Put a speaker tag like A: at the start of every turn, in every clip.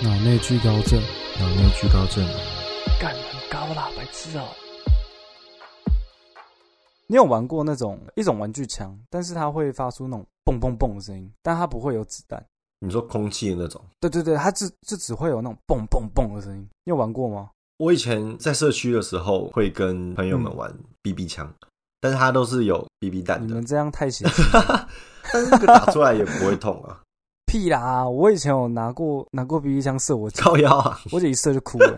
A: 脑内聚高症，
B: 脑内聚高症，
C: 干很高啦，白痴哦、
D: 你有玩过那种一种玩具枪，但是它会发出那种蹦蹦蹦的声音，但它不会有子弹。
B: 你说空气的那种。
D: 对对对，它只就只会有那种蹦蹦蹦的声音。你有玩过吗？
B: 我以前在社区的时候会跟朋友们玩 BB 枪，但是它都是有 BB 弹
D: 嗯你
B: 的
D: 们，这样太邪气。
B: 但是那个打出来也不会痛啊，
D: 屁啦！我以前有拿过拿过 BB 枪射我姐，
B: 靠腰啊，
D: 我姐一射就哭了、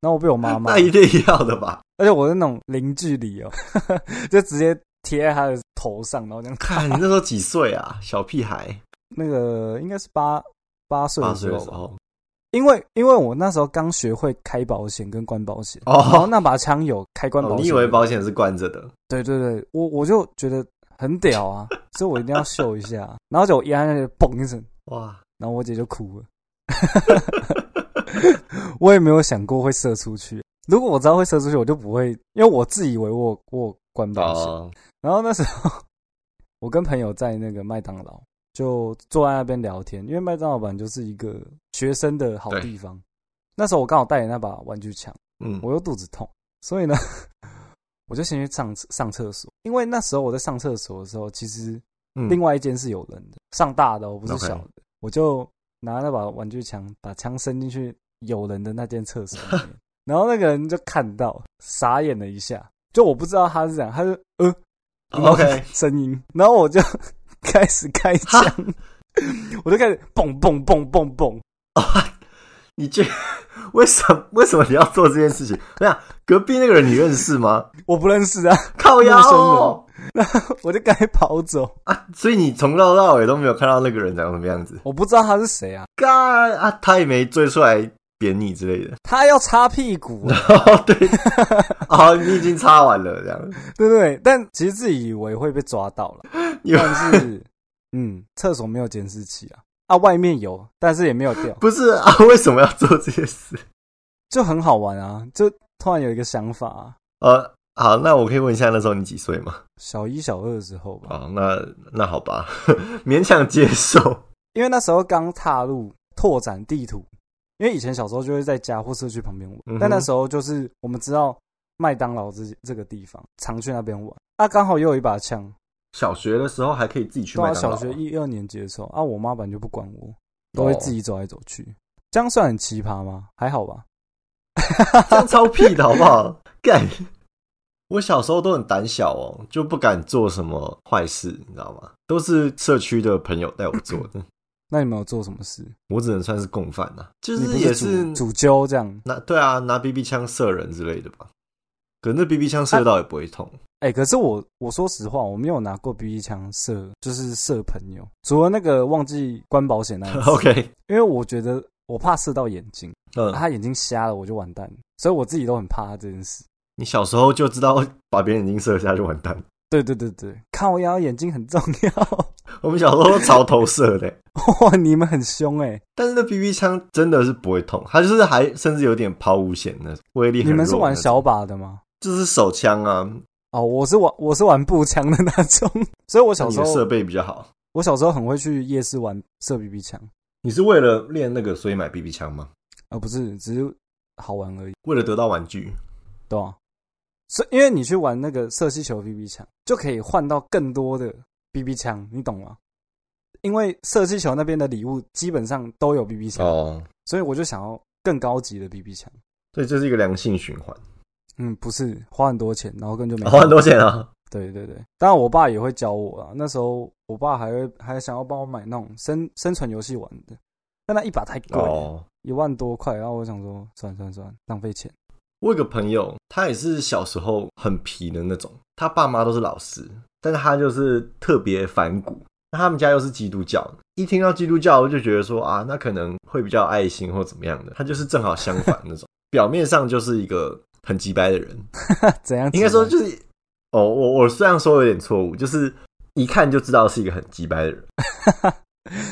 D: 然后我被我妈骂，
B: 那一定要的吧？
D: 而且我是那种零距离哦， 就直接贴在她的头上，然后这样
B: 看你那时候几岁啊，小屁孩，
D: 那个应该是八八岁
B: 八
D: 的
B: 岁
D: 时
B: 的
D: 候
B: 时
D: 吧，
B: 候，
D: 因为因为我那时候刚学会开保险跟关保险，
B: 哦
D: 然后那把枪有开关保
B: 哦
D: 险，
B: 你以为保险是关着的？
D: 对对对，我我就觉得很屌啊，所以我一定要秀一下，啊然后就我压下去，嘣一声，
B: 哇，
D: 然后我姐就哭了。 我也没有想过会射出去，如果我知道会射出去，我就不会，因为我自以为我我有关保险。
B: 哦，
D: 然后那时候我跟朋友在那个麦当劳，就坐在那边聊天，因为麦当劳本来就是一个学生的好地方。那时候我刚好带着那把玩具枪，
B: 嗯，
D: 我又肚子痛，所以呢， 我就先去上上厕所。因为那时候我在上厕所的时候，其实
B: 嗯
D: 另外一间是有人的，上大的哦，不是
B: OK
D: 小的。我就拿那把玩具枪，把枪伸进去有人的那间厕所里 面然后那个人就看到，傻眼了一下。就我不知道他是这样，他就呃，
B: OK，
D: 声音，然后我就 开始开枪，我就开始蹦蹦蹦蹦蹦，
B: 你这为什么为什么你要做这件事情？我想隔壁那个人你认识吗？
D: 我不认识啊，
B: 靠腰
D: 陌
B: 哦、
D: 我就赶紧跑走，
B: 啊！所以你从头到尾都没有看到那个人长什么样子，
D: 我不知道他是谁啊，
B: 干啊！他也没追出来扁你之 类的。
D: 他要擦屁 股、啊，
B: 哦，对，哦，你已经擦完了，这样。
D: 对不对？但其实自己以为会被抓到了，
B: 你 有
D: 但是，嗯，厕所没有监视器啊，啊，外面有，但是也没有掉，
B: 不是啊？为什么要做这些事？
D: 就很好玩啊，就突然有一个想法、啊，
B: 呃，好，那我可以问一下，那时候你几岁吗？
D: 小一小二的时候吧，
B: 哦，那那好吧， 勉强接受。
D: 因为那时候刚踏入拓展地图，因为以前小时候就会在家或社区旁边玩，
B: 嗯哼
D: 但那时候就是我们知道麦当劳这这个地方，常去那边玩。啊，刚好又有一把枪，
B: 小学的时候还可以自己去
D: 到
B: 麦当劳
D: 哦小
B: 啊，哦
D: 学一二年级的时候，啊，我妈本来就不管我，都会自己走来走去，这样算很奇葩吗？还好吧。
B: 这样超屁的好不好？ 干！我小时候都很胆小哦，就不敢做什么坏事，你知道吗？都是社区的朋友带我做的，
D: 那你们有做什么事？
B: 我只能算是共犯呐、啊就
D: 你不
B: 是也
D: 主主揪这样？
B: 拿对啊，拿 BB 枪射人之类的吧。可那 BB 枪
D: 啊
B: 射到也不会痛，
D: 哎、可是我我说实话，我没有拿过 BB 枪射，就是射朋友，除了那个忘记关保险那一次
B: OK，
D: 因为我觉得我怕射到眼睛。
B: 嗯，
D: 他眼睛瞎了，我就完蛋了。所以我自己都很怕他这件事。
B: 你小时候就知道把别人眼睛射瞎就完蛋。
D: 对对对对，看我腰眼睛很重要。
B: 我们小时候都朝头射的，欸
D: 哇，你们很凶哎、
B: 但是那 BB 枪真的是不会痛，它就是还甚至有点抛物线的威力很
D: 你
B: 弱那
D: 们
B: 种。
D: 是玩小把的吗？
B: 就是手枪啊，
D: 哦，我是玩我是玩步枪的那种， 所以我小
B: 你
D: 时
B: 的设
D: 候
B: 备比较好。
D: 我小时候很会去夜市玩射 BB 枪，
B: 你是为了练那个所以买 BB 枪吗？
D: 而、不是只是好玩而已，
B: 为了得到玩具？
D: 对吧、是因为你去玩那个射气球 BB 枪，就可以换到更多的 BB 枪，你懂吗？因为射气球那边的礼物基本上都有 BB 枪，
B: 哦，
D: 所以我就想要更高级的 BB 枪。
B: 所以这是一个良性循环，
D: 嗯，不是花很多钱，然后根本就没
B: 啊花很多钱啊。
D: 对对对，当然我爸也会教我啊。那时候我爸还会还想要帮我买那种生生存游戏玩的，但那一把太贵了，
B: 哦，
D: 一万多块。然后我想说，算算算，浪费钱。
B: 我有个朋友，他也是小时候很皮的那种，他爸妈都是老师，但是他就是特别反骨。那他们家又是基督教，一听到基督教我就觉得说啊，那可能会比较有爱心或怎么样的。他就是正好相反那种，表面上就是一个很鸡掰的人，
D: 怎样？
B: 应该说
D: 怎样
B: 就是哦，我我虽然说有点错误，就是一看就知道是一个很鸡掰的人。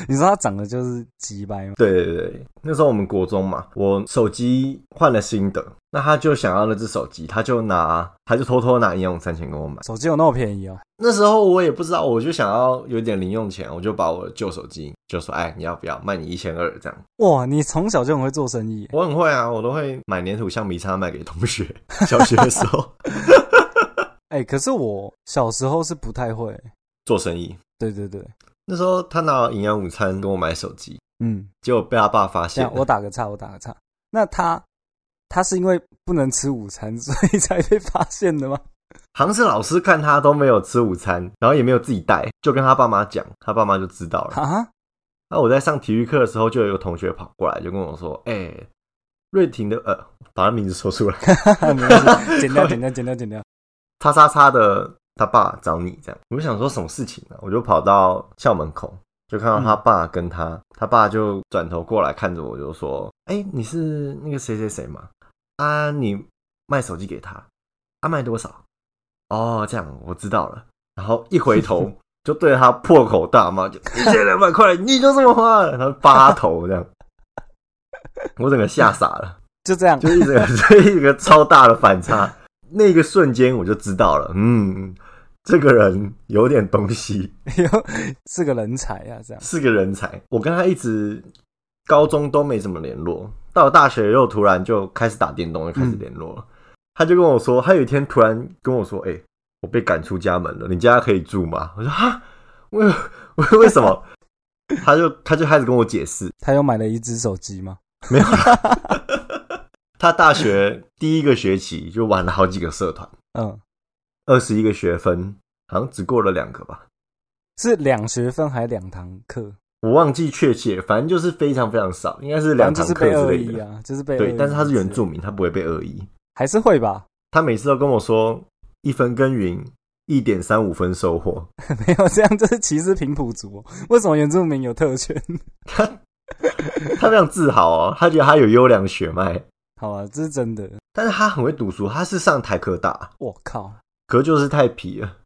D: 你说他长得就是鸡掰吗？
B: 对对对，那时候我们国中嘛，我手机换了新的，那他就想要那只手机，他就拿，他就偷偷拿银行三千跟我买。
D: 手机有那么便宜哦？
B: 那时候我也不知道，我就想要有点零用钱，我就把我的旧手机就说，哎，你要不要卖你一千二这样？
D: 哇，你从小就很会做生意耶，
B: 我很会啊，我都会买粘土橡皮擦卖给同学。 小学的时候
D: 哎、可是我小时候是不太会。
B: 做生意，
D: 对对对，
B: 那时候他拿营养午餐跟我买手机，
D: 嗯，
B: 结果被他爸发
D: 这
B: 现
D: 样
B: 了。
D: 啊我打个岔，我打个岔。那他他是因为不能吃午餐， 所以才被发现的吗？
B: 好像是老师看他都没有吃午餐，然后也没有自己带，就跟他爸妈讲，他爸妈就知道了。
D: 啊，
B: 那我在上体育课的时候，就有一个同学跑过来，就跟我说：“哎、瑞婷的呃，把他名字说出来，
D: 没关系剪掉，剪掉，剪掉，剪掉。
B: 叉叉叉的他爸找你这样。”我就想说什么事情呢、啊我就跑到校门口，就看到他爸跟他，他爸就转头过来看着我，就说：“哎、你是那个谁谁谁吗？啊，你卖手机给他，啊，卖多少？哦，这样我知道了。”然后一回头就对他破口大骂，就一千两百块，你就这么花了，然后扒他头这样，我整个吓傻了，
D: 就这样
B: 就，一整个这一个超大的反差，那个瞬间我就知道了，嗯，这个人有点东西，
D: 是个人才啊，这样。
B: 是个人才。我跟他一直高中都没怎么联络，到了大学又突然就开始打电动，就开始联络了。他就跟我说，他有一天突然跟我说：“哎、我被赶出家门了，你家可以住吗？”我说：“哈，为为为什么？” 他就他就开始跟我解释，
D: 他又买了一只手机吗？
B: 没有啦。他大学第一个学期就玩了好几个社团，
D: 嗯，
B: 二十一个学分，好像只过了两个吧。
D: 是两学分还两堂课？
B: 我忘记确切，反正就是非常非常少，应该是两
D: 反正就是
B: 堂课
D: 被
B: 之
D: 恶
B: 类
D: 意
B: 的。
D: 啊，就是被恶
B: 对，
D: 意
B: 但是他是原
D: 之类
B: 住
D: 的，
B: 民，他不会被恶意。
D: 还是会吧？
B: 他每次都跟我说，一分耕耘，一点三五分收获。
D: 没有这样，这是歧视平埔族哦、为什么原住民有特权？
B: 他他非常自豪哦，他觉得他有优良血脉，
D: 好啊，这是真的。
B: 但是他很会读书，他是上台科大，
D: 我靠，
B: 可就是太皮了。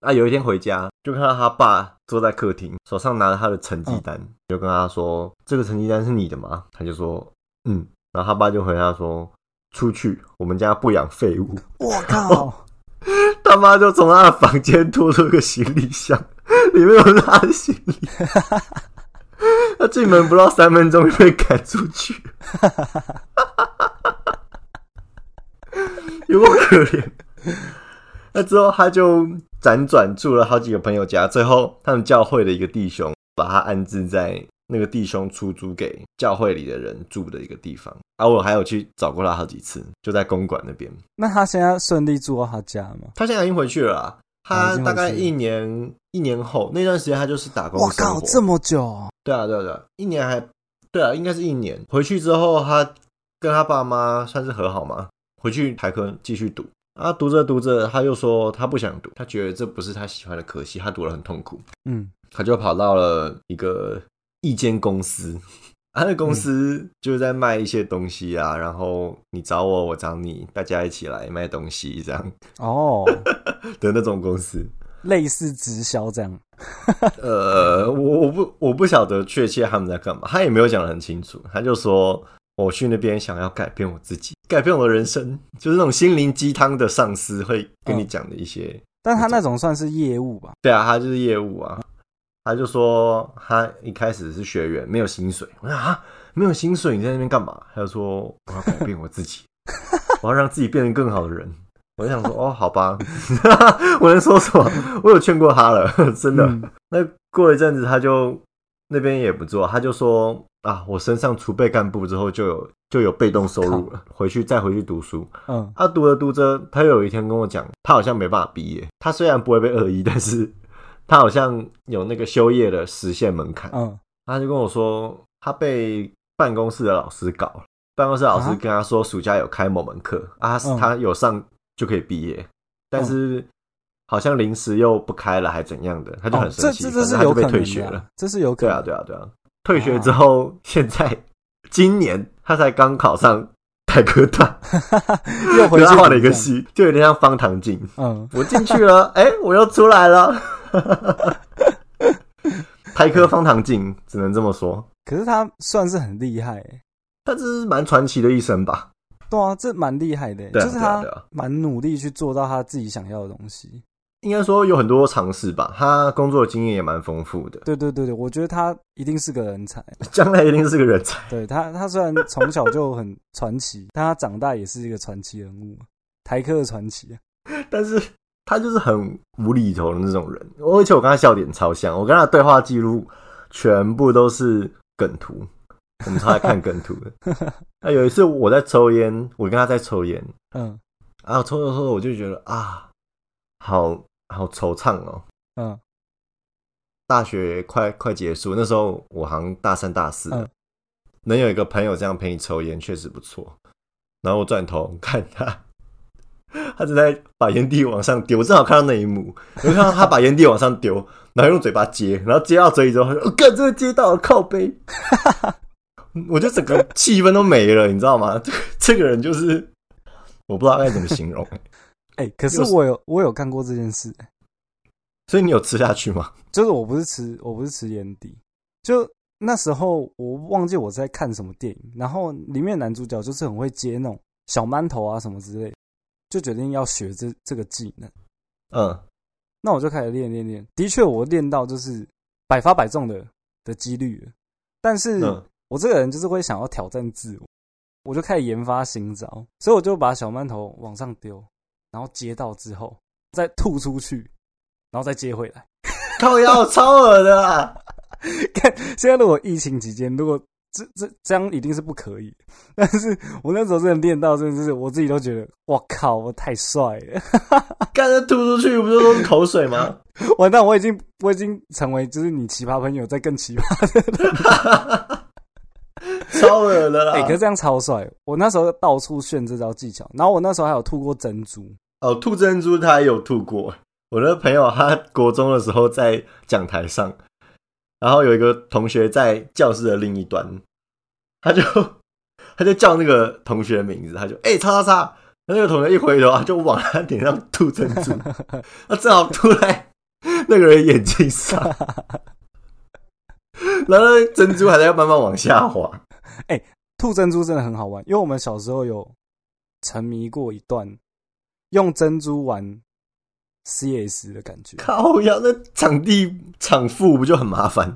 B: 啊，有一天回家就看到他爸坐在客厅，手上拿着他的成绩单，就跟他说：“这个成绩单是你的吗？”他就说：“嗯。”然后他爸就回他说：“出去，我们家不养废物。”
D: 我靠，
B: 他妈就从他的房间拖出个行李箱， 里面有他的行李。 他进门不到三分钟就被赶出去， 有够可怜。那之后他就辗转住了好几个朋友家，最后他们教会的一个弟兄把他安置在那个弟兄出租给教会里的人住的一个地方。啊，我还有去找过他好几次，就在公馆那边。
D: 那他现在顺利住到他家吗？
B: 他现在已经回去了啦。
D: 啊已
B: 他
D: 经回去
B: 大概
D: 了
B: 一年一年后那段时间，他就是打工
D: 我
B: 生
D: 靠，
B: 活
D: 这么久，
B: 对啊对啊对啊，一年还对啊，应该是一年。回去之后，他跟他爸妈算是和好嘛，回去台科继续读。啊，读着读着，他又说他不想读，他觉得这不是他喜欢的科系，他读了很痛苦，
D: 嗯，
B: 他就跑到了一个一间公司。 啊，那公
D: 嗯
B: 司就是在卖一些东西啊，然后你找我，我找你，大家一起来卖东西这样
D: 哦，
B: 的那种公司。
D: 类似直销这样，
B: 呃，我我不我不晓得确切他们在干嘛，他也没有讲得很清楚，他就说我去那边想要改变我自己，改变我的人生，就是那种心灵鸡汤的上司会跟你讲的一些，
D: 但他那种算是业务吧？
B: 对啊，他就是业务啊，他就说他一开始是学员，没有薪水，我说啊，没有薪水你在那边干嘛？他就说我要改变我自己，我要让自己变成更好的人。我就想说，哦，好吧， 我能说什么？我有劝过他了，真的。
D: 嗯
B: 那过了一阵子，他就那边也不做，他就说啊，我升上储备干部之后就有就有被动收入了，回去再回去读书。
D: 嗯，
B: 啊，读着读着，他又有一天跟我讲，他好像没办法毕业。他虽然不会被恶意，但是他好像有那个休业的时限门槛。
D: 嗯，
B: 他就跟我说，他被办公室的老师搞了，办公室老师
D: 啊
B: 跟他说暑假有开某门课啊，他
D: 嗯
B: 他有上就可以毕业，但是好像临时又不开了，还怎样的，他就
D: 哦
B: 很，生
D: 这
B: 气，
D: 这
B: 反
D: 这
B: 正
D: 是
B: 他
D: 有
B: 就被
D: 可能
B: 退学
D: 的
B: 了
D: 啊。，哦这是有可
B: 对啊，
D: 能，
B: 对啊，对啊，退学之后，现在今年他才刚考上台科大，
D: 又回去
B: 他换了一
D: 这样，
B: 个系，就有点像方唐镜。
D: 嗯，
B: 我进去了，哎、我又出来了。 台科方唐镜，只能这么说。
D: 可是他算是很厉害、欸，
B: 但这是蛮传奇的一生吧？
D: 对啊，这蛮厉害的欸、
B: 对啊
D: 就是
B: 对啊
D: 他
B: 对啊
D: 蛮努力去做到他自己想要的东西。
B: 应该说有很多尝试吧，他工作的经验也蛮丰富的，
D: 对对对对，我觉得他一定是个人才。
B: 将来一定是个人才。
D: 对他，他虽然从小就很传奇， 但他长大也是一个传奇人物，台客的传奇啊。
B: 但是他就是很无厘头的那种人，而且我跟他笑点超像，我跟他的对话记录全部都是梗图，我们超爱看梗图的。那有一次我在抽烟，我跟他在抽烟，
D: 嗯
B: 啊，抽着抽着我就觉得啊，好好惆怅哦。
D: 嗯
B: 大学快快结束，那时候我好像大三大四了，
D: 嗯
B: 能有一个朋友这样陪你抽烟，确实不错。然后我转头看他，他正在把烟蒂往上丢，我正好看到那一幕，我就看到他把烟蒂往上丢，然后用嘴巴接，然后接到嘴里之后，他说：“我、哦干，真的接到了，靠背。” 我就整个气氛都没了，你知道吗？这个这个人就是我不知道该怎么形容、
D: 哎、可是
B: 又是
D: 我有我有干过这件事、
B: 所以你有吃下去吗？
D: 就是我不是吃我不是吃烟蒂，就那时候我忘记我在看什么电影，然后里面男主角就是很会接那种小馒头啊什么之类，就决定要学这这个技能。
B: 嗯，
D: 那我就开始练练练，的确我练到就是百发百中的的几率了，但是
B: 嗯
D: 我这个人就是会想要挑战自我，我就开始研发新招，所以我就把小馒头往上丢，然后接到之后再吐出去，然后再接回来。
B: 靠腰超恶的啦！
D: 现在如果疫情期间，如果这这这样一定是不可以。但是我那时候真的练到，真的是我自己都觉得，我靠，我太帅了！
B: 干这吐出去不就都是口水吗？
D: 完蛋，我已经我已经成为就是你奇葩朋友在更奇葩。
B: 超恶的啦！
D: 哎、可是这样超帅！我那时候到处炫这招技巧，然后我那时候还有吐过珍珠，
B: 哦，吐珍珠他也有吐过。我那个朋友他国中的时候在讲台上，然后有一个同学在教室的另一端，他就他就叫那个同学名字，他就哎、欸、叉叉叉，那个同学一回头，他就往他脸上吐珍珠， 他正好吐在那个人眼睛上，然后那珍珠还在慢慢往下滑。
D: 吐珍珠真的很好玩，因为我们小时候有沉迷过一段用珍珠玩 CS 的感觉。
B: 靠呀，那场地场副不就很麻烦？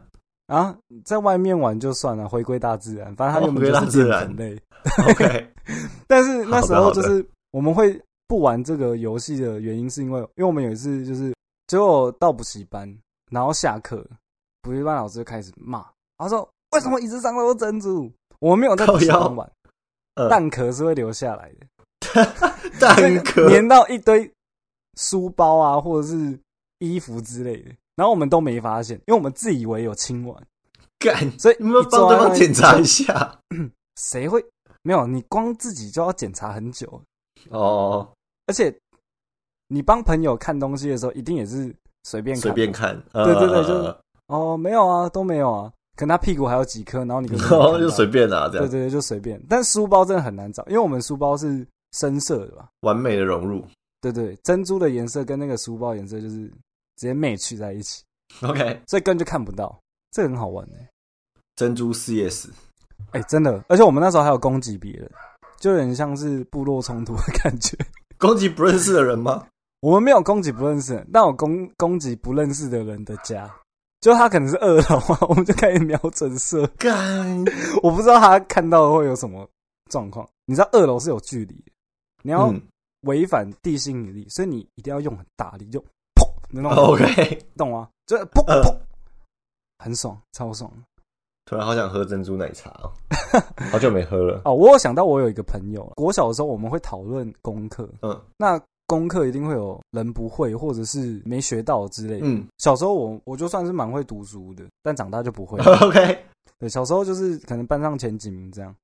D: 啊，在外面玩就算了，回归大自然，反正它原本
B: 哦回归
D: 就
B: 大
D: 是
B: 自
D: 淀
B: 然
D: 粉类。
B: OK，
D: 但是那时候
B: 好的好
D: 就
B: 的
D: 是我们会不玩这个游戏的原因，是因为因为我们有一次就是结果到补习班，然后下课，补习班老师就开始骂，他说为什么椅子上都是珍珠？我们没有在补习
B: 靠
D: 班
B: 腰
D: 玩，
B: 嗯
D: 蛋壳是会留下来 的，
B: 蛋壳
D: 粘到一堆书包啊或者是衣服之类的，然后我们都没发现，因为我们自以为有亲完。
B: 干，
D: 所以
B: 你们帮对方检查一下。
D: 谁会没有？你光自己就要检查很久，
B: 哦，
D: 而且你帮朋友看东西的时候，一定也是随便看
B: 随便看，
D: 对对对
B: 呃
D: 就是哦，没有啊，都没有啊，可能他屁股还有几颗，然后你 根本没看
B: 然后
D: 到
B: 哦就随便拿，
D: 对
B: 这
D: 对
B: 样
D: 对，就随便。但书包真的很难找，因为我们书包是深色的吧？
B: 完美的融入。
D: 对对，珍珠的颜色跟那个书包颜色就是直接 match 在一起，
B: OK，
D: 所以根本就看不到，这很好玩的、
B: 珍珠 CS，
D: 哎、真的，而且我们那时候还有攻击别人，就有点像是部落冲突的感觉。
B: 攻击不认识的人吗？
D: 我们没有攻击不认识人，但我攻攻击不认识的人的家，就他可能是二楼啊，我们就开始瞄准射。
B: 干，
D: 我不知道他看到会有什么状况。你知道二楼是有距离的，你要
B: 嗯
D: 违反地心引力，所以你一定要用很大力，就砰，那种、
B: 哦，OK。
D: 懂吗？就是砰
B: 呃
D: 砰，很爽，超爽
B: 突然好想喝珍珠奶茶 哦，好久没喝了。
D: 哦！我有想到，我有一个朋友，国小的时候我们会讨论功课，
B: 嗯
D: 那功课一定会有人不会或者是没学到之类的。
B: 嗯
D: 小时候我我就算是蛮会读书的，但长大就不会了。
B: 嗯 ，OK，
D: 对，小时候就是可能班上前几名这样，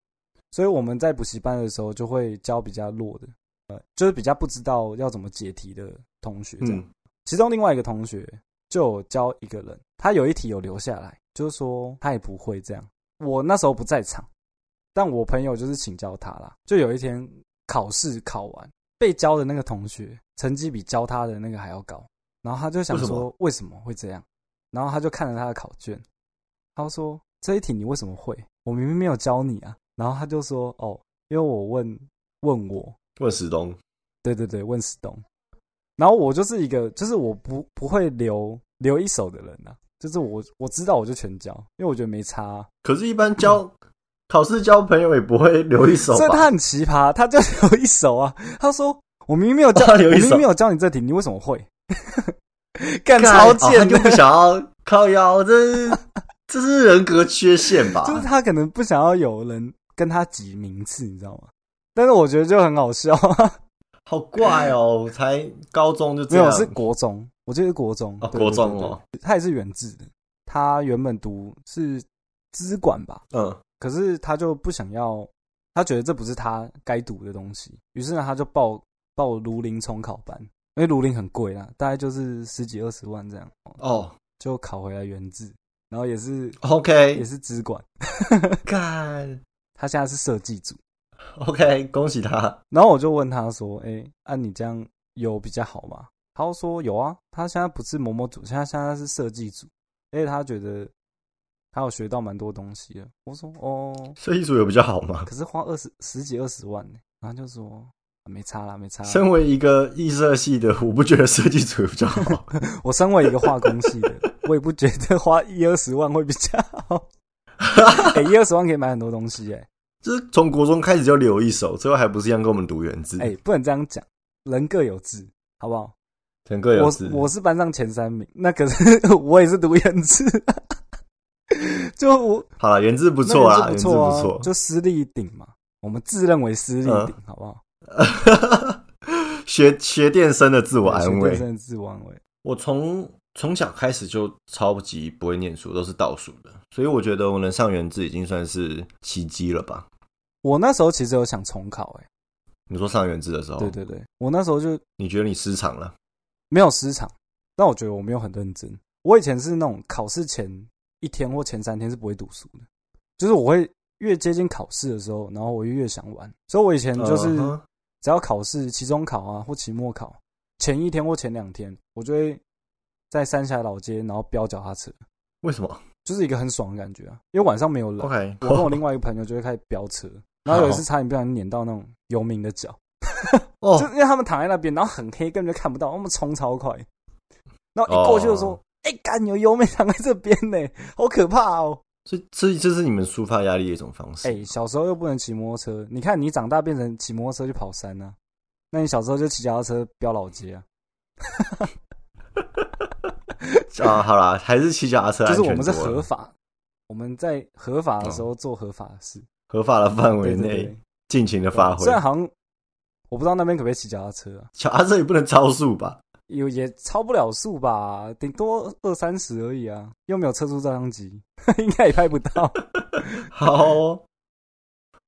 D: 所以我们在补习班的时候就会教比较弱的，呃，就是比较不知道要怎么解题的同学这样。
B: 嗯
D: 其中另外一个同学就有教一个人，他有一题有留下来，就是说他也不会这样。我那时候不在场，但我朋友就是请教他啦。就有一天考试考完，被教的那个同学成绩比教他的那个还要高，然后他就想
B: 为什
D: 说为什么会这样？然后他就看了他的考卷，他说：“这一题你为什么会？我明明没有教你啊。”然后他就说：“哦，因为我问问我，
B: 问史东，
D: 对对对，问史东。”然后我就是一个，就是我不不会留留一手的人啊，就是我我知道我就全教，因为我觉得没差啊、
B: 可是，一般交考试交朋友也不会留一手
D: 所以他
B: 吧？
D: 很奇葩，他就 留一手啊。他说：“我明明没有教，
B: 哦他
D: 我
B: 留一手
D: 明明没有教你这题，你为什么会？” 干
B: 干
D: 超
B: 哦他
D: 贱
B: 就
D: 的，
B: 不想要靠腰，这是这是人格缺陷 吧？
D: 就是他可能不想要有人跟他挤名次，你知道吗？但是我觉得就很好笑，啊
B: 好怪哦！我才高中就
D: 没
B: 这样，
D: 有是国中，我记得是国中，
B: 哦
D: 对
B: 国中，
D: 对
B: 哦
D: 对对他也是远志的，他原本读是资管吧，
B: 嗯，
D: 可是他就不想要，他觉得这不是他该读的东西，于是呢，他就报报庐陵重考班，因为庐陵很贵啦，大概就是十几二十万这样，
B: 哦
D: 就考回来原制，然后也是也
B: ，OK，
D: 是资管，
B: 干
D: 他现在是设计组，
B: ，OK，恭喜他，
D: 然后我就问他说，哎、按、你这样有比较好吗？他就说有啊，他现在不是某某组，现在现在是设计组，而且他觉得他有学到蛮多东西的。我说哦，
B: 设计组有比较好吗？
D: 可是花二十十几二十万呢、然后就说啊没差啦，没差啦。
B: 身为一个艺社系的，我不觉得设计组有比较好。
D: 我身为一个化工系的，我也不觉得花一二十万会比较 好。哎、一二十万可以买很多东西、欸，
B: 就是从国中开始就留一手，最后还不是一样跟我们读原字？
D: 哎、不能这样讲，人各有志，好不好？
B: 陈各有
D: 我
B: 志，
D: 我是班上前三名，那可是 我也是读研制，就我
B: 好了，原字不
D: 不
B: 错啦，
D: 不
B: 原字
D: 错
B: 不
D: 啊，
B: 错，嗯
D: 就私立一顶嘛，我们自认为私立一顶，好不好？
B: 学学电生的自我
D: 对
B: 安
D: 学
B: 慰
D: 电。生自我安慰，
B: 我从从小开始就超级不会念书，都是倒数的，所以我觉得我能上原字已经算是奇迹了吧？
D: 我那时候其实有想重考、欸，
B: 你说上原字的时候，
D: 哎，对对对，我那时候就
B: 你觉得你失常了？
D: 没有失常，但我觉得我没有很认真。我以前是那种考试前一天或前三天是不会读书的，就是我会越接近考试的时候，然后我就越想玩。所以我以前就是
B: 嗯哼
D: 只要考试、期中考啊或期末考前一天或前两天，我就会在三峡老街然后飙脚踏车，
B: 为什么
D: 就是一个很爽的感觉啊。因为晚上没有人，
B: ？OK，
D: 我
B: 哦
D: 跟我另外一个朋友就会开始飙车，然后有一次差点不小心碾到那种游民的脚。
B: 哦
D: 就，因为他们躺在那边，然后很黑，根本就看不到，他们冲超快，然后一过去就说
B: 哦：“
D: 哎、干，有油妹躺在这边呢， 好可怕哦
B: 这这这是你们抒发压力的一种方！”式。
D: 哎、小时候又不能骑摩托车，你看你长大变成骑摩托车去跑山啊，那你小时候就骑脚踏车飙老街啊，
B: 啊，好啦，还是骑脚踏车
D: 就是
B: 安啊全
D: 我们是
B: 多了
D: 合法，我们在合法的时候做合法的事，
B: 合法的范围
D: 对对
B: 内
D: 对，啊
B: 尽情的发挥
D: 虽。然好像我不知道那边可不可以骑脚踏车、啊，
B: 脚踏车也不能超速吧？
D: 有也超不了速吧，顶多二三十而已啊，又没有测速照相机， 应该也拍不到。
B: 好哦、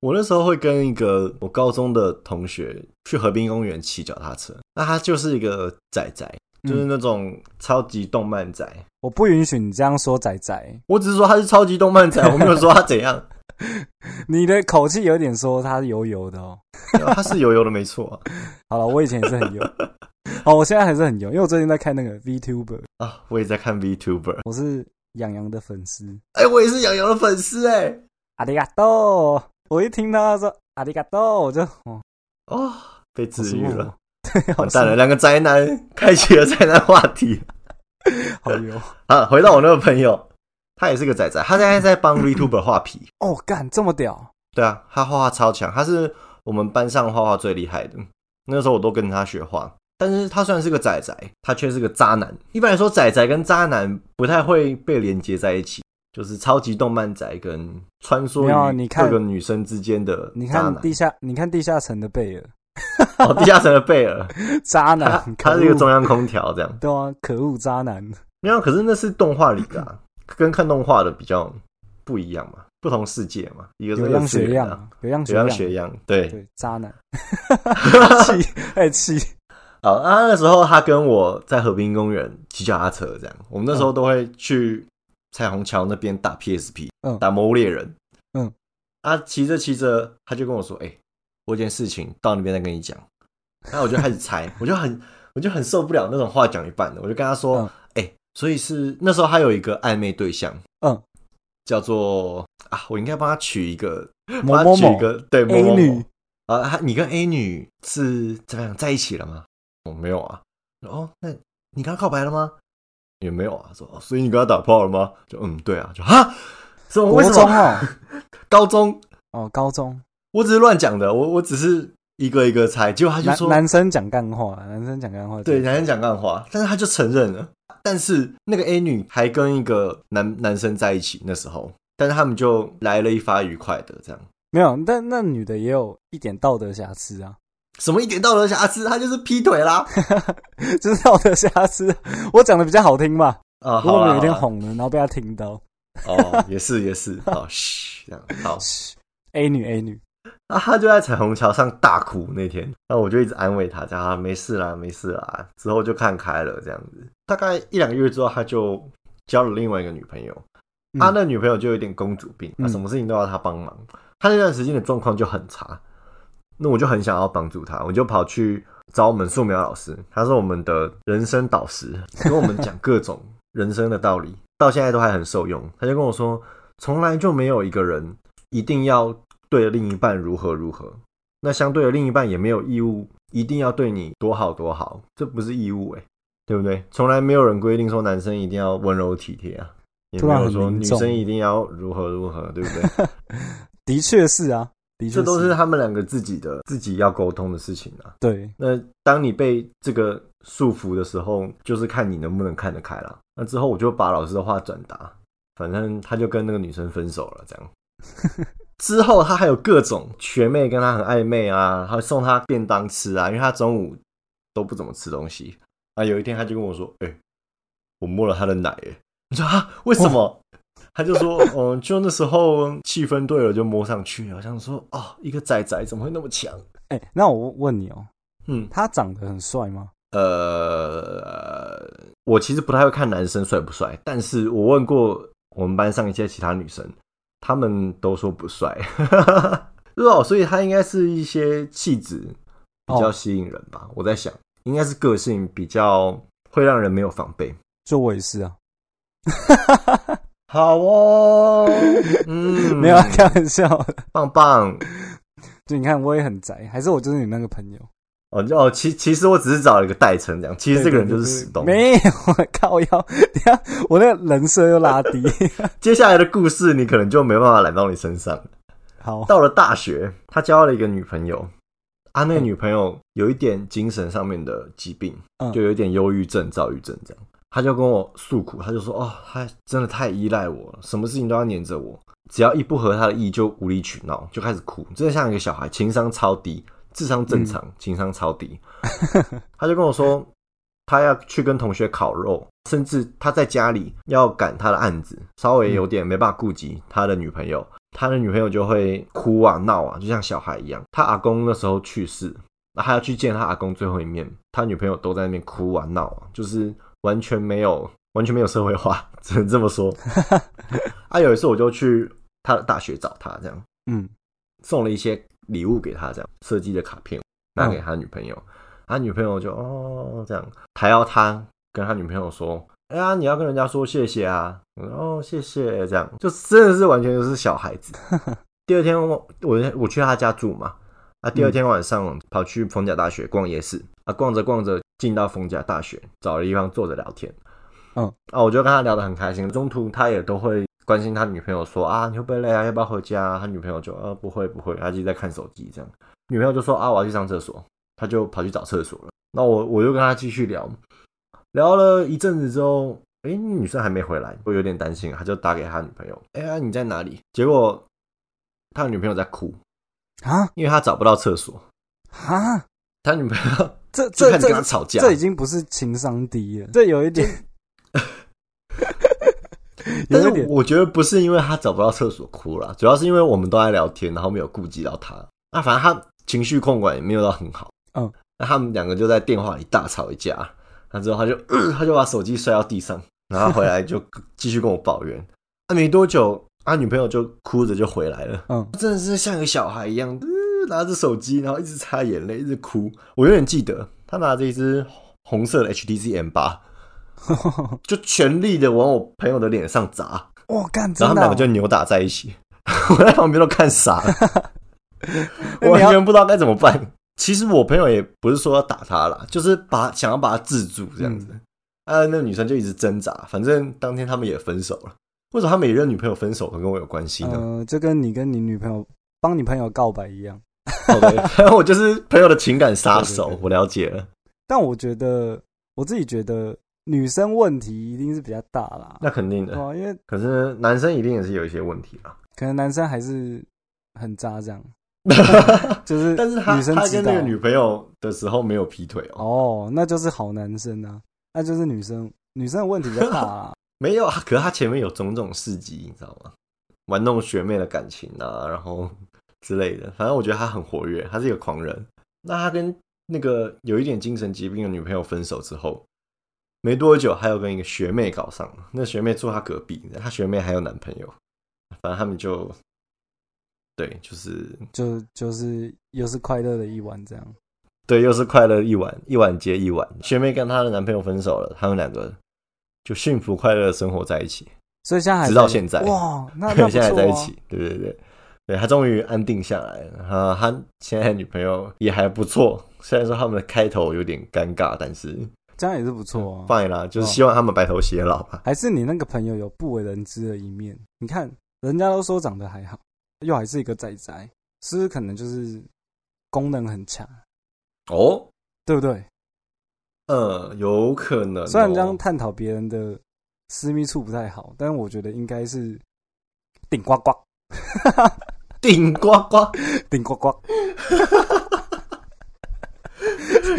B: 我那时候会跟一个我高中的同学去河滨公园骑脚踏车，那他就是一个仔仔，就是
D: 嗯
B: 那种超级动漫仔。
D: 我不允许你这样说仔仔，
B: 我只是说他是超级动漫仔，我没有说他怎 样，
D: 你的口气有点说他油油的哦。
B: 他是油油的没错啊
D: 好了，我以前也是很油，哦，我现在还是很油，因为我最近在看那个 VTuber，
B: 啊！我也在看 VTuber，
D: 我是养羊的粉丝。
B: 哎、我也是杨洋的粉丝哎、
D: 阿里嘎多，我一听他说阿里嘎多，我就哦，
B: 哦，被
D: 好
B: 治
D: 舒
B: 愈
D: 服
B: 了
D: 哦，。 对，好
B: 完
D: 舒
B: 蛋了，两个宅男开启了宅男话题。
D: 服好油。哦
B: 啊，回到我那个朋友，他也是个仔仔，他现在在 帮 VTuber 画皮。
D: 哦，干这么屌，
B: 对啊，他画画超强，他是我们班上画画最厉害的。那时候我都跟他学画，但是他虽然是个仔仔，他却是个渣男。一般来说，仔仔跟渣男不太会被连接在一起，就是超级动漫仔跟穿梭
D: 没有啊
B: 于
D: 你看
B: 各个女生之间的
D: 你
B: 渣
D: 看
B: 男。
D: 地下，你看地下城的贝尔，
B: 哦，地下城的贝 尔，
D: 渣
B: 他
D: 男，可
B: 他是一个中
D: 恶，
B: 央空调这样。
D: 对啊，可恶渣男。
B: 没有，可是那是动画里的、啊，跟看动画的比较不一样嘛，不同世界嘛，一个是
D: 有
B: 二
D: 样
B: 次
D: 学
B: 元
D: 样
B: 啊，
D: 啊，有样学
B: 有样学样，对。
D: 对，渣 男，气，哎气，
B: 好，啊，那时候他跟我在河滨公园骑脚踏车，这样，我们那时
D: 嗯
B: 候都会去彩虹桥那边打 PSP，
D: 嗯
B: 打魔物猎人，
D: 嗯，
B: 啊，骑着骑着，他就跟我说，哎、我有件事情到那边再跟你讲，然后我就开始猜，我就很我就很受不了那种话讲一半的，我就跟他说
D: 嗯，
B: 哎、所以是那时候他有一个暧昧对象，
D: 嗯，
B: 叫做啊，我应该帮他取一个，
D: 某某
B: 帮他取一
D: 某
B: 个对某
D: A
B: 某某
D: 女
B: 啊，他你跟 A 女是怎么样在一起了吗？我、没有啊。哦，那你跟他告白了吗？也没有啊。说，哦所以你跟他打炮了吗？就嗯，对啊。就哈，什么？
D: 国
B: 为什
D: 中
B: 么？
D: 哦，
B: 高中，
D: 哦，高中
B: 我只是乱讲的，我我只是一个一个猜。结果他就
D: 男
B: 说，
D: 男生讲干话，男生讲干话，
B: 对，男生讲干话，但是他就承认了。但是那个 A 女还跟一个男男生在一起，那时候，但是他们就来了一发愉快的这样。
D: 没有，但那女的也有一点道德瑕疵啊，
B: 什么一点道德瑕疵？他啊就是劈腿啦！
D: 就是道德瑕疵。我讲的比较好听嘛，如
B: 啊，好
D: 果
B: 啦
D: 有一天
B: 好啦
D: 哄了，然后被她听到，
B: 哦，也是 也是，好，嘘，这样好。
D: 嘘 A 女 A 女，
B: 那他就在彩虹桥上大哭那天，那我就一直安慰他，讲啊没事啦，没事啦，之后就看开了这样子。大概一两个月之后，他就交了另外一个女朋友，啊
D: 嗯
B: 他那女朋友就有点公主病，啊，
D: 嗯
B: 什么事情都要他帮忙。他那段时间的状况就很差，那我就很想要帮助他，我就跑去找我们素描老师，他是我们的人生导师，跟我们讲各种人生的道理， 到现在都还很受用。他就跟我说，从来就没有一个人一定要对另一半如何如何，那相对的另一半也没有义务一定要对你多好多好，这不是义务诶、欸对不对？从来没有人规定说男生一定要温柔体贴啊，也
D: 突
B: 没
D: 然
B: 有
D: 很
B: 说
D: 凝
B: 女
D: 重
B: 生一定要如何如何，对不对？
D: 的确是啊，的确
B: 这都是他们两个自己的自己要沟通的事情啊。
D: 对，
B: 那当你被这个束缚的时候，就是看你能不能看得开了。那之后我就把老师的话转达，反正他就跟那个女生分手了，这样。之后他还有各种学妹跟他很暧昧啊，还送他便当吃啊，因为他中午都不怎么吃东西啊。有一天他就跟我说：“哎、我摸了他的奶、欸。”我说：“啊，为什么？”他就说：“嗯，就那时候气氛对了，就摸上去。”好像说：“哦，一个仔仔怎么会那么强
D: 哎、那我问你哦，？”
B: 嗯，
D: 他长得很帅吗？
B: 呃，我其实不太会看男生帅不帅，但是我问过我们班上一些其他女生，她们都说不帅， 对哦，所以他应该是一些气质比较
D: 哦，
B: 吸引人吧。我在想，应该是个性比较会让人没有防备。
D: 就我也是啊，
B: 好哦，嗯，
D: 没有啊开玩笑的，
B: 棒棒。
D: 就你看我也很宅，还是我就是你那个朋友，
B: 哦哦，其其实我只是找了一个代称这样，其实这个人就是史东。
D: 没有靠腰，等一下我那个人设又拉 低，
B: 接下来的故事你可能就没办法揽到你身上。
D: 好，
B: 到了大学，他交了一个女朋友，啊，那个女朋友有一点精神上面的疾病，
D: 嗯
B: 就有一点忧郁症、躁郁症这样。他就跟我诉苦，他就说：“哦，他真的太依赖我了，什么事情都要黏着我，只要一不合他的意就无理取闹，就开始哭，真的像一个小孩，情商超低，智商正常，情商超低。”他就跟我说，他要去跟同学烤肉，甚至他在家里要赶他的案子，稍微有点没办法顾及他的女朋友，他的女朋友就会哭啊闹啊，就像小孩一样。他阿公那时候去世，那他要去见他阿公最后一面，他女朋友都在那边哭啊闹啊，就是完全没有完全没有社会化， 只能这么说。啊，有一次我就去他的大学找他，这样
D: 嗯，
B: 送了一些礼物给他，这样设计的卡片拿给他女朋友，他女朋友就哦这样，还要他跟他女朋友说，哎呀，你要跟人家说谢谢啊，我说哦谢谢，这样就真的是完全就是小孩子。第二天我我我去他家住嘛，啊，第二天晚上跑去逢甲大学逛夜市，啊，逛着逛着进到逢甲大学，找了地方坐着聊天，
D: 嗯，
B: 啊，我就跟他聊得很开心，中途他也都会关心他女朋友说啊，你会不会累啊，要不要回家、啊？他女朋友就呃不会不会，他就在看手机这样，女朋友就说啊我要去上厕所，他就跑去找厕所了，那我我就跟他继续聊，聊了一阵子之后，诶，女生还没回来，我有点担心，他就打给他女朋友，哎、呀、你在哪里？结果他的女朋友在哭，
D: 啊
B: 因为他找不到厕所，
D: 啊，
B: 他女朋友
D: 这
B: 就
D: 这
B: 开始
D: 这
B: 跟他吵架，
D: 这已经不是情商低了，这有一 点，有
B: 但
D: 一
B: 是
D: 点
B: 我觉得不是因为他找不到厕所哭了，主要是因为我们都在聊天，然后没有顾及到他。那、反正他情绪控管也没有到很好。
D: 嗯，
B: 那他们两个就在电话里大吵一架。那之后他就、呃他就把手机摔到地上，然后回来 就继续跟我抱怨。那、没多久，他女朋友就哭着就回来了。
D: 嗯，
B: 真的是像个小孩一样，呃拿着手机，然后一直擦眼泪，一直哭。我永远记得他拿着一支红色的 HTC M 八，就全力的往我朋友的脸上砸，
D: 我干，
B: 然
D: 真
B: 后他们
D: 的哦、
B: 两个就扭打在一起。 我在旁边都看傻了，
D: 那
B: 我
D: 你
B: 完
D: 要
B: 全不知道该怎么办。其实我朋友也不是说要打他啦，就是把想要把他制住这样子。
D: 嗯
B: 啊，那个女生就一直挣扎，反正当天他们也分手了。为什么他们也认女朋友分手，跟我有关系呢？
D: 嗯、就跟你跟你女朋友帮你朋友告白一样。
B: 好的，反正我就是朋友的情感杀手，
D: 对对对
B: 我了解了。
D: 但我觉得我自己觉得女生问题一定是比较大啦，
B: 那肯定
D: 对
B: 的，
D: 啊，因为
B: 可是男生一定也是有一些问题啊。
D: 可能男生还是很渣 这样，就是
B: 但是他
D: 女生
B: 他
D: 知
B: 跟
D: 道
B: 那个女朋友的时候没有劈腿哦，
D: 哦，那就是好男生啊，那就是女生女生的问题比较大啦。
B: 没有啊。可是他前面有种种事迹，你知道吗？玩弄学妹的感情啊，然后 之类的。反正我觉得他很活跃，他是一个狂人。那他跟那个有一点精神疾病的女朋友分手之后，没多久他又跟一个学妹搞上了。那学妹住他隔壁，他学妹还有男朋友。反正他们就对，就是
D: 就就是又是快乐的一晚这样。
B: 对，又是快乐一晚，一晚接一晚。学妹跟她的男朋友分手了，他们两个就幸福快乐的生活在一起，
D: 所以现在还
B: 直到
D: 在
B: 现在
D: 哇，那那不错、
B: 现
D: 啊、
B: 在在一起。对对对，对他终于安定下来了。啊，他现在的女朋友也还不错，虽然说他们的开头有点尴尬，但是
D: 这样也是不错啊。
B: fine 啦，就是希望他们白头偕老吧。
D: 还是你那个朋友有不为人知的一面？你看人家都说长得还好，又还是一个仔仔，是不是可能就是功能很强，
B: 哦，
D: 对不对？
B: 呃，有可能、哦。
D: 虽然这样探讨别人的私密处不太好，但我觉得应该是顶呱 呱，
B: 顶呱呱，
D: 顶呱呱，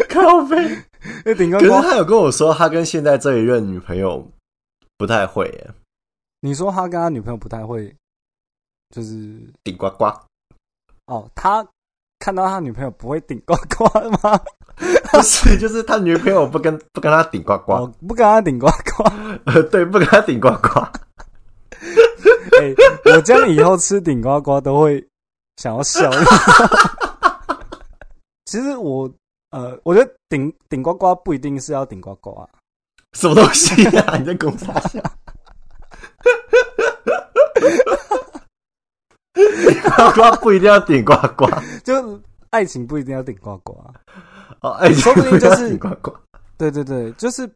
B: 靠背。
D: 那顶呱
B: 可是
D: 呱。
B: 他有跟我说，他跟现在这一任女朋友不太会耶
D: 你说他跟他女朋友不太会，就是
B: 顶呱 呱。
D: 哦，他看到他女朋友不会顶呱呱吗？
B: 不是，就是他女朋友不跟不跟他顶呱
D: 我
B: 呱，
D: 哦不跟他顶呱呱。
B: 呃， 对，不跟他顶呱呱，
D: 哎、我这样以后吃顶呱呱都会想要笑。 其实我呃，我觉得顶顶呱呱不一定是要顶呱呱、啊，
B: 什么东西啊？你在公司下？顶呱呱不一定要顶呱呱
D: 就爱情不一定要顶呱呱、啊。
B: 哦，哎，
D: 说不定就是
B: 要顶呱呱，
D: 对对对，就是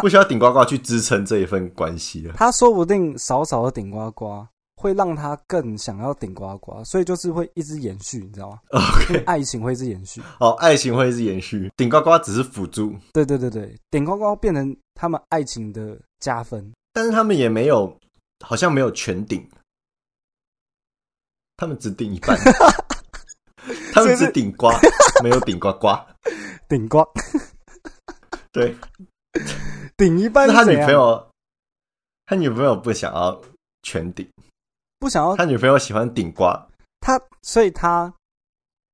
B: 不需要顶呱呱去支撑这一份关系了。
D: 他说不定少少的顶呱呱会让他更想要顶呱呱，所以就是会一直延续，你知道吗？
B: OK，
D: 爱情会一直延续。
B: 哦，爱情会一直延续，顶呱呱只是辅助，
D: 对对对对，顶呱呱变成他们爱情的加分。
B: 但是他们也没有，好像没有全顶，他们只顶一 半，他们只顶呱，没有顶呱呱。
D: 顶呱
B: 对，
D: 顶一半
B: 但
D: 是
B: 是他
D: 怎
B: 女
D: 样
B: 朋友，他女朋友不想要全顶，
D: 不想要
B: 他女朋友喜欢顶瓜。
D: 他，所以他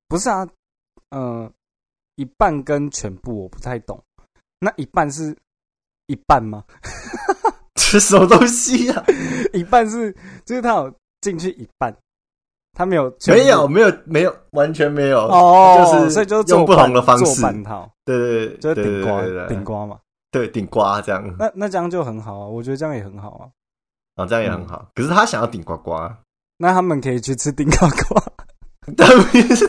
D: 不是啊，呃，一半跟全部我不太懂，那一半是一半吗？
B: 这什么东西啊？
D: 一半是就是他有进去一半，他没有全部
B: 没有，没有，没有，完全没有。
D: 哦，
B: 就是
D: 所以就是做
B: 用不同的方
D: 做
B: 式，
D: 半套，
B: 对对对，
D: 就是顶
B: 瓜
D: 瓜顶，嗯瓜嘛。
B: 对对对顶瓜这样，然
D: 那那这样就很好啊，我觉得这样也很好啊。
B: 后这样也很好。
D: 嗯
B: 可是他想要顶呱 呱，
D: 那他们可以去吃顶呱呱，
B: 但是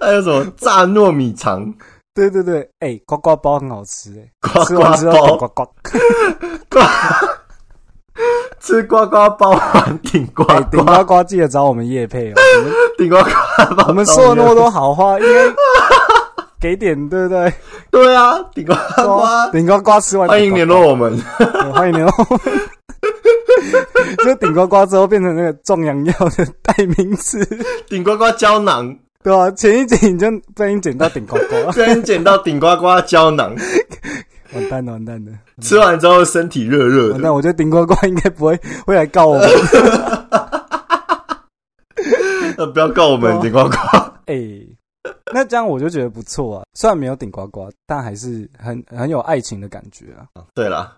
B: 还有什么炸糯米肠、
D: 对对对，哎、呱呱包很好吃哎、
B: 呱
D: 吃
B: 呱
D: 完之后顶
B: 包
D: 呱、 呱，
B: 呱吃呱呱包完顶呱
D: 哎、顶
B: 呱
D: 呱呱记得找我们叶 配哦，我们
B: 顶呱呱包，
D: 我们说了那么多好话，应该 给点，对不对？
B: 对啊，顶呱呱，
D: 顶呱呱吃完，
B: 欢迎联络我们。
D: 顶呱呱，对哦欢迎联络我们。 就顶呱呱之后变成那个壮阳药的代名词，
B: 顶呱呱胶囊，
D: 对吧、前一集你就不小心捡到顶呱呱，
B: 虽然捡到顶呱呱胶囊，
D: 完蛋了，完蛋了，
B: 吃完之后身体热热
D: 完
B: 的。
D: 蛋！我觉得顶呱呱应该不会会来告我们。
B: 呃，不要告我们
D: 哦
B: 顶呱呱，
D: 哎、那这样我就觉得不错啊，虽然没有顶呱呱，但还是很很有爱情的感觉啊。
B: 对啦，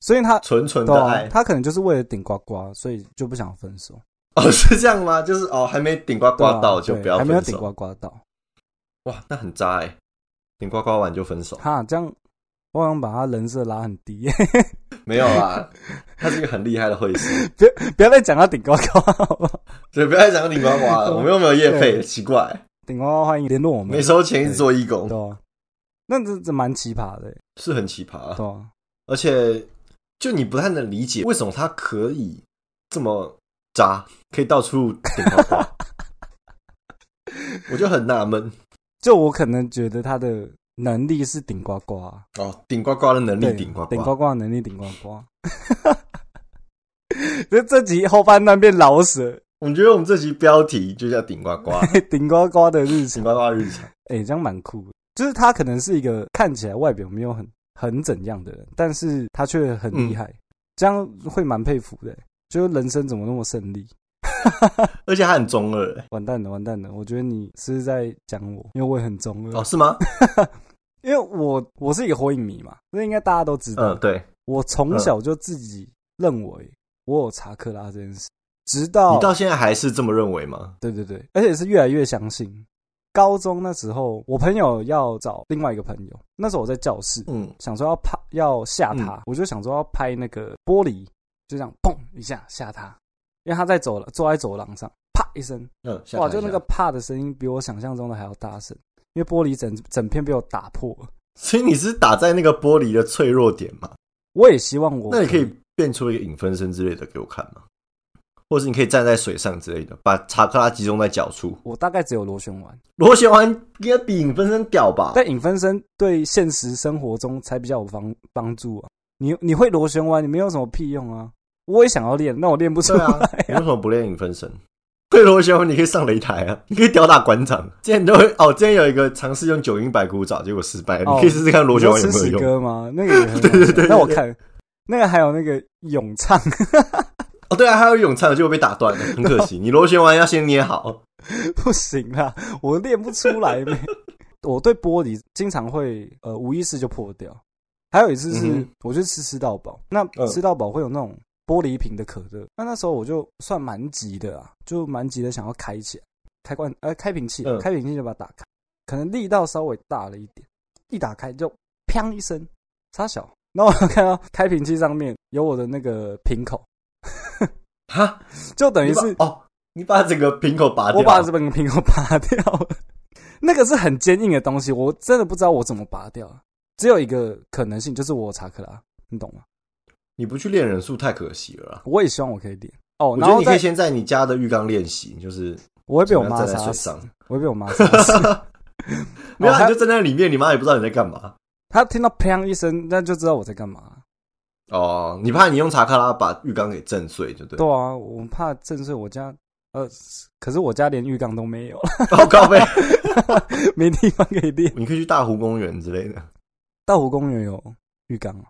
D: 所以他
B: 纯纯
D: 对
B: 的
D: 啊
B: 爱，。
D: 他可能就是为了顶呱呱，所以就不想分手。
B: 哦，是这样吗？就是哦，还没顶呱
D: 对啊
B: 呱到就
D: 对
B: 不要
D: 还没有
B: 分
D: 顶
B: 手。
D: 呱呱到。
B: 哇，那很渣哎。你呱呱完就分手，
D: 哈，这样我好像把他人设拉很低，
B: 没有啦，他是一个很厉害的会师，
D: 不要再讲他顶呱呱好不好？
B: 所以不要再讲顶呱 呱了，我们又没有业费，奇怪，
D: 顶呱呱欢迎联络我们
B: 没，收钱一直做义工，
D: 对啊，那这这蛮奇葩的，欸
B: 是很奇葩啊，
D: 对啊，
B: 而且就你不太能理解为什么他可以这么渣，可以到处顶呱 呱，我就很纳闷
D: 就我可能觉得他的能力是顶呱啊呱，
B: 哦，顶呱呱的能力
D: 对
B: 顶呱
D: 顶
B: 呱
D: 呱，呱的能力顶呱呱。 这这集后半段变老舍，
B: 我们觉得我们这集标题就叫顶呱呱，
D: 顶呱呱的日
B: 顶
D: 常，
B: 呱呱日常。
D: 哎、这样蛮酷的。就是他可能是一个看起来外表没有很很怎样的人，但是他却很厉
B: 嗯
D: 害，这样会蛮佩服的。就是人生怎么那么胜利？
B: 而且他很中二、欸、
D: 完蛋了，完蛋了！我觉得你是在讲我，因为我也很中二，
B: 哦，是 吗？
D: 因为我我是一个火影迷嘛，那应该大家都知道。
B: 嗯，对，
D: 我从小就自己认为我有查克拉这件事，直到
B: 你到现在还是这么认为吗？
D: 对对对，而且是越来越相信。高中那时候，我朋友要找另外一个朋友，那时候我在教室，
B: 嗯，
D: 想说要拍要吓他，
B: 嗯
D: 我就想说要拍那个玻璃，就这样砰一下吓他，因为他在走廊坐在走廊上，啪一声，
B: 嗯，下
D: 哇，
B: 台
D: 就那
B: 下
D: 个啪的声音比我想象中的还要大声，因为玻璃整整片被我打破了。
B: 所以你是打在那个玻璃的脆弱点嘛？
D: 我也希望我
B: 那你可以变出一个影分身之类的给我看吗？或者你可以站在水上之类的，把查克拉集中在脚处。
D: 我大概只有螺旋丸。
B: 螺旋丸应该比影分身屌吧？
D: 但影分身对现实生活中才比较有帮帮助啊。你你会螺旋丸，你没有什么屁用啊。我也想要练，那我练不出
B: 对
D: 来、
B: 啊，你为什么不练影分身？对螺旋丸你可以上擂台啊，你可以吊打馆长。之前都会哦，之前有一个尝试用九阴白骨爪，结果失败了。
D: 哦
B: 你可以试试看螺
D: 你
B: 旋
D: 说
B: 丸有
D: 吃
B: 没有
D: 屎
B: 用。
D: 哥吗？那个也很好笑
B: 对对对对
D: 那我看那个还有那个咏唱，
B: 哦，对啊，还有咏唱结果被打断 了，很可惜。你螺旋丸要先捏好。
D: 不行啦，我练不出来 妹。我对玻璃经常会呃无意识就破掉。还有一次是、
B: 嗯哼
D: 我去吃吃到饱，那
B: 嗯
D: 吃到饱会有那种玻璃瓶的可乐，那那时候我就算蛮急的啊，就蛮急的想要开起来，开罐呃开瓶器，
B: 嗯
D: 开瓶器就把它打开，可能力道稍微大了一点，一打开就砰一声，差小，然后我看到开瓶器上面有我的那个瓶口，
B: 哈，
D: 就等于
B: 你把
D: 是
B: 哦，你把整个瓶口拔掉，
D: 我把这本苹果拔掉了，那个是很坚硬的东西，我真的不知道我怎么拔掉。只有一个可能性，就是我有查克拉，你懂吗？
B: 你不去练人数太可惜了啦。
D: 我也希望我可以练哦。
B: 我
D: 然
B: 觉得
D: 后
B: 你可以
D: 再，
B: 先在你家的浴缸练习，就是
D: 我会被我
B: 怎么
D: 妈
B: 样站在
D: 杀
B: 水
D: 死，
B: 上，
D: 我会被我妈杀死。
B: 没有啊
D: 她
B: 你就站在里面，你妈也不知道你在干嘛。
D: 她听到砰一声，那就知道我在干嘛。
B: 哦，你怕你用查克拉把浴缸给震碎，就对
D: 对。啊，我怕震碎我家，呃，可是我家连浴缸都没有，
B: 哦，高飞，
D: 没地方可以练。
B: 你可以去大湖公园之类的。
D: 大湖公园有浴缸啊，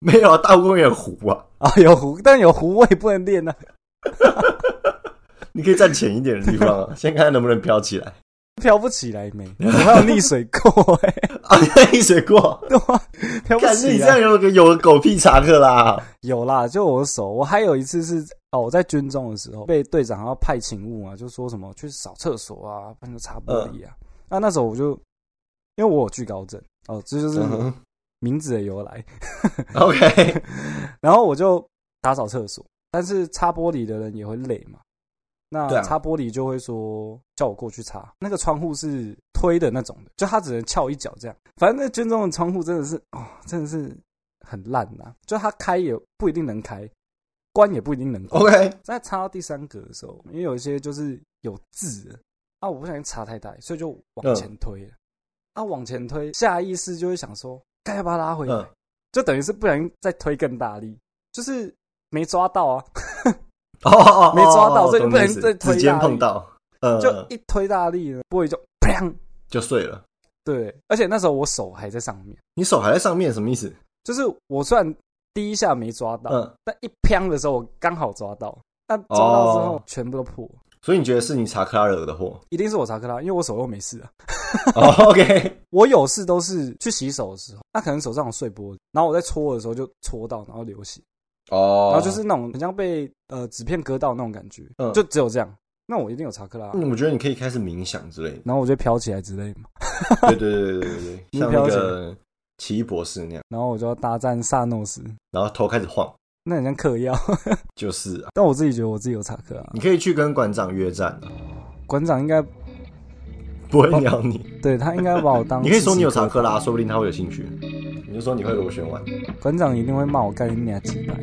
B: 没有啊，大湖公园有湖啊，
D: 啊有湖，但有湖我也不能练啊。
B: 你可以站浅一点的地 方啊，先看看能不能飘起来。
D: 飘不起来没？我还有溺水过哎、
B: 啊，你看溺水过，
D: 对啊，飘不
B: 看
D: 起
B: 你这
D: 来
B: 样。有个有个狗屁查克拉，啊
D: 有啦，就我的手。我还有一次是哦，我在军中的时候被队长要派勤务啊，就说什么去扫厕所啊，帮你擦玻璃啊。那、那时候我就因为我有惧高症哦，这就是
B: 嗯哼
D: 名字的由来。
B: ，OK，
D: 然后我就打扫厕所，但是擦玻璃的人也会累嘛。那
B: 对啊
D: 擦玻璃就会说叫我过去擦，那个窗户是推的那种的，就他只能翘一脚这样。反正那军中的窗户真的是哦，真的是很烂呐、就他开也不一定能开，关也不一定能关。
B: OK，
D: 在擦到第三格的时候，因为有一些就是有字的啊，我不小心擦太大力，所以就
B: 嗯
D: 往前推了。啊，往前推，下意识就会想说，该要把它拉回来，
B: 嗯
D: 就等于是不小心再推更大力，就是没抓到啊，
B: 哦哦 哦，
D: 没抓到所以就
B: 懂
D: 不能
B: 你意思
D: 再推
B: 指尖
D: 拉
B: 碰
D: 力
B: 到，嗯，
D: 就一推大力呢，玻璃就砰，
B: 就碎了。
D: 对，而且那时候我手还在上面，
B: 你手还在上面，什么意思？
D: 就是我虽然第一下没抓到，
B: 嗯，
D: 但一砰的时候我刚好抓到，那抓到之后、
B: 哦
D: 全部都破，
B: 所以你觉得是你查克拉惹 的祸、
D: 一定是我查克拉，因为我手又没事啊。
B: 哦、？OK，
D: 我有事都是去洗手的时候，那可能手上有碎玻璃，然后我在搓的时候就搓到，然后流血，
B: 哦
D: 然后就是那种很像被呃纸片割到那种感觉，
B: 嗯
D: 就只有这样，那我一定有查克拉、
B: 嗯我觉得你可以开始冥想之类的。
D: 然后我就飘起来之类嘛，
B: 对对对对对对，
D: 你
B: 像那
D: 飘起
B: 个奇异博士那样，
D: 然后我就要搭战萨诺斯，
B: 然后头开始晃，
D: 那很像嗑药。
B: 就是啊。
D: 但我自己觉得我自己有查克拉，
B: 你可以去跟馆长约战啊，
D: 馆长应该
B: 不会鸟你。
D: 对他应该把我当
B: 你可以说
D: 刺
B: 你
D: 激
B: 有查
D: 科
B: 克拉，
D: 打
B: 说不定他会有兴趣。你就说你会螺旋丸。
D: 馆长一定会骂我干你娘鸡掰。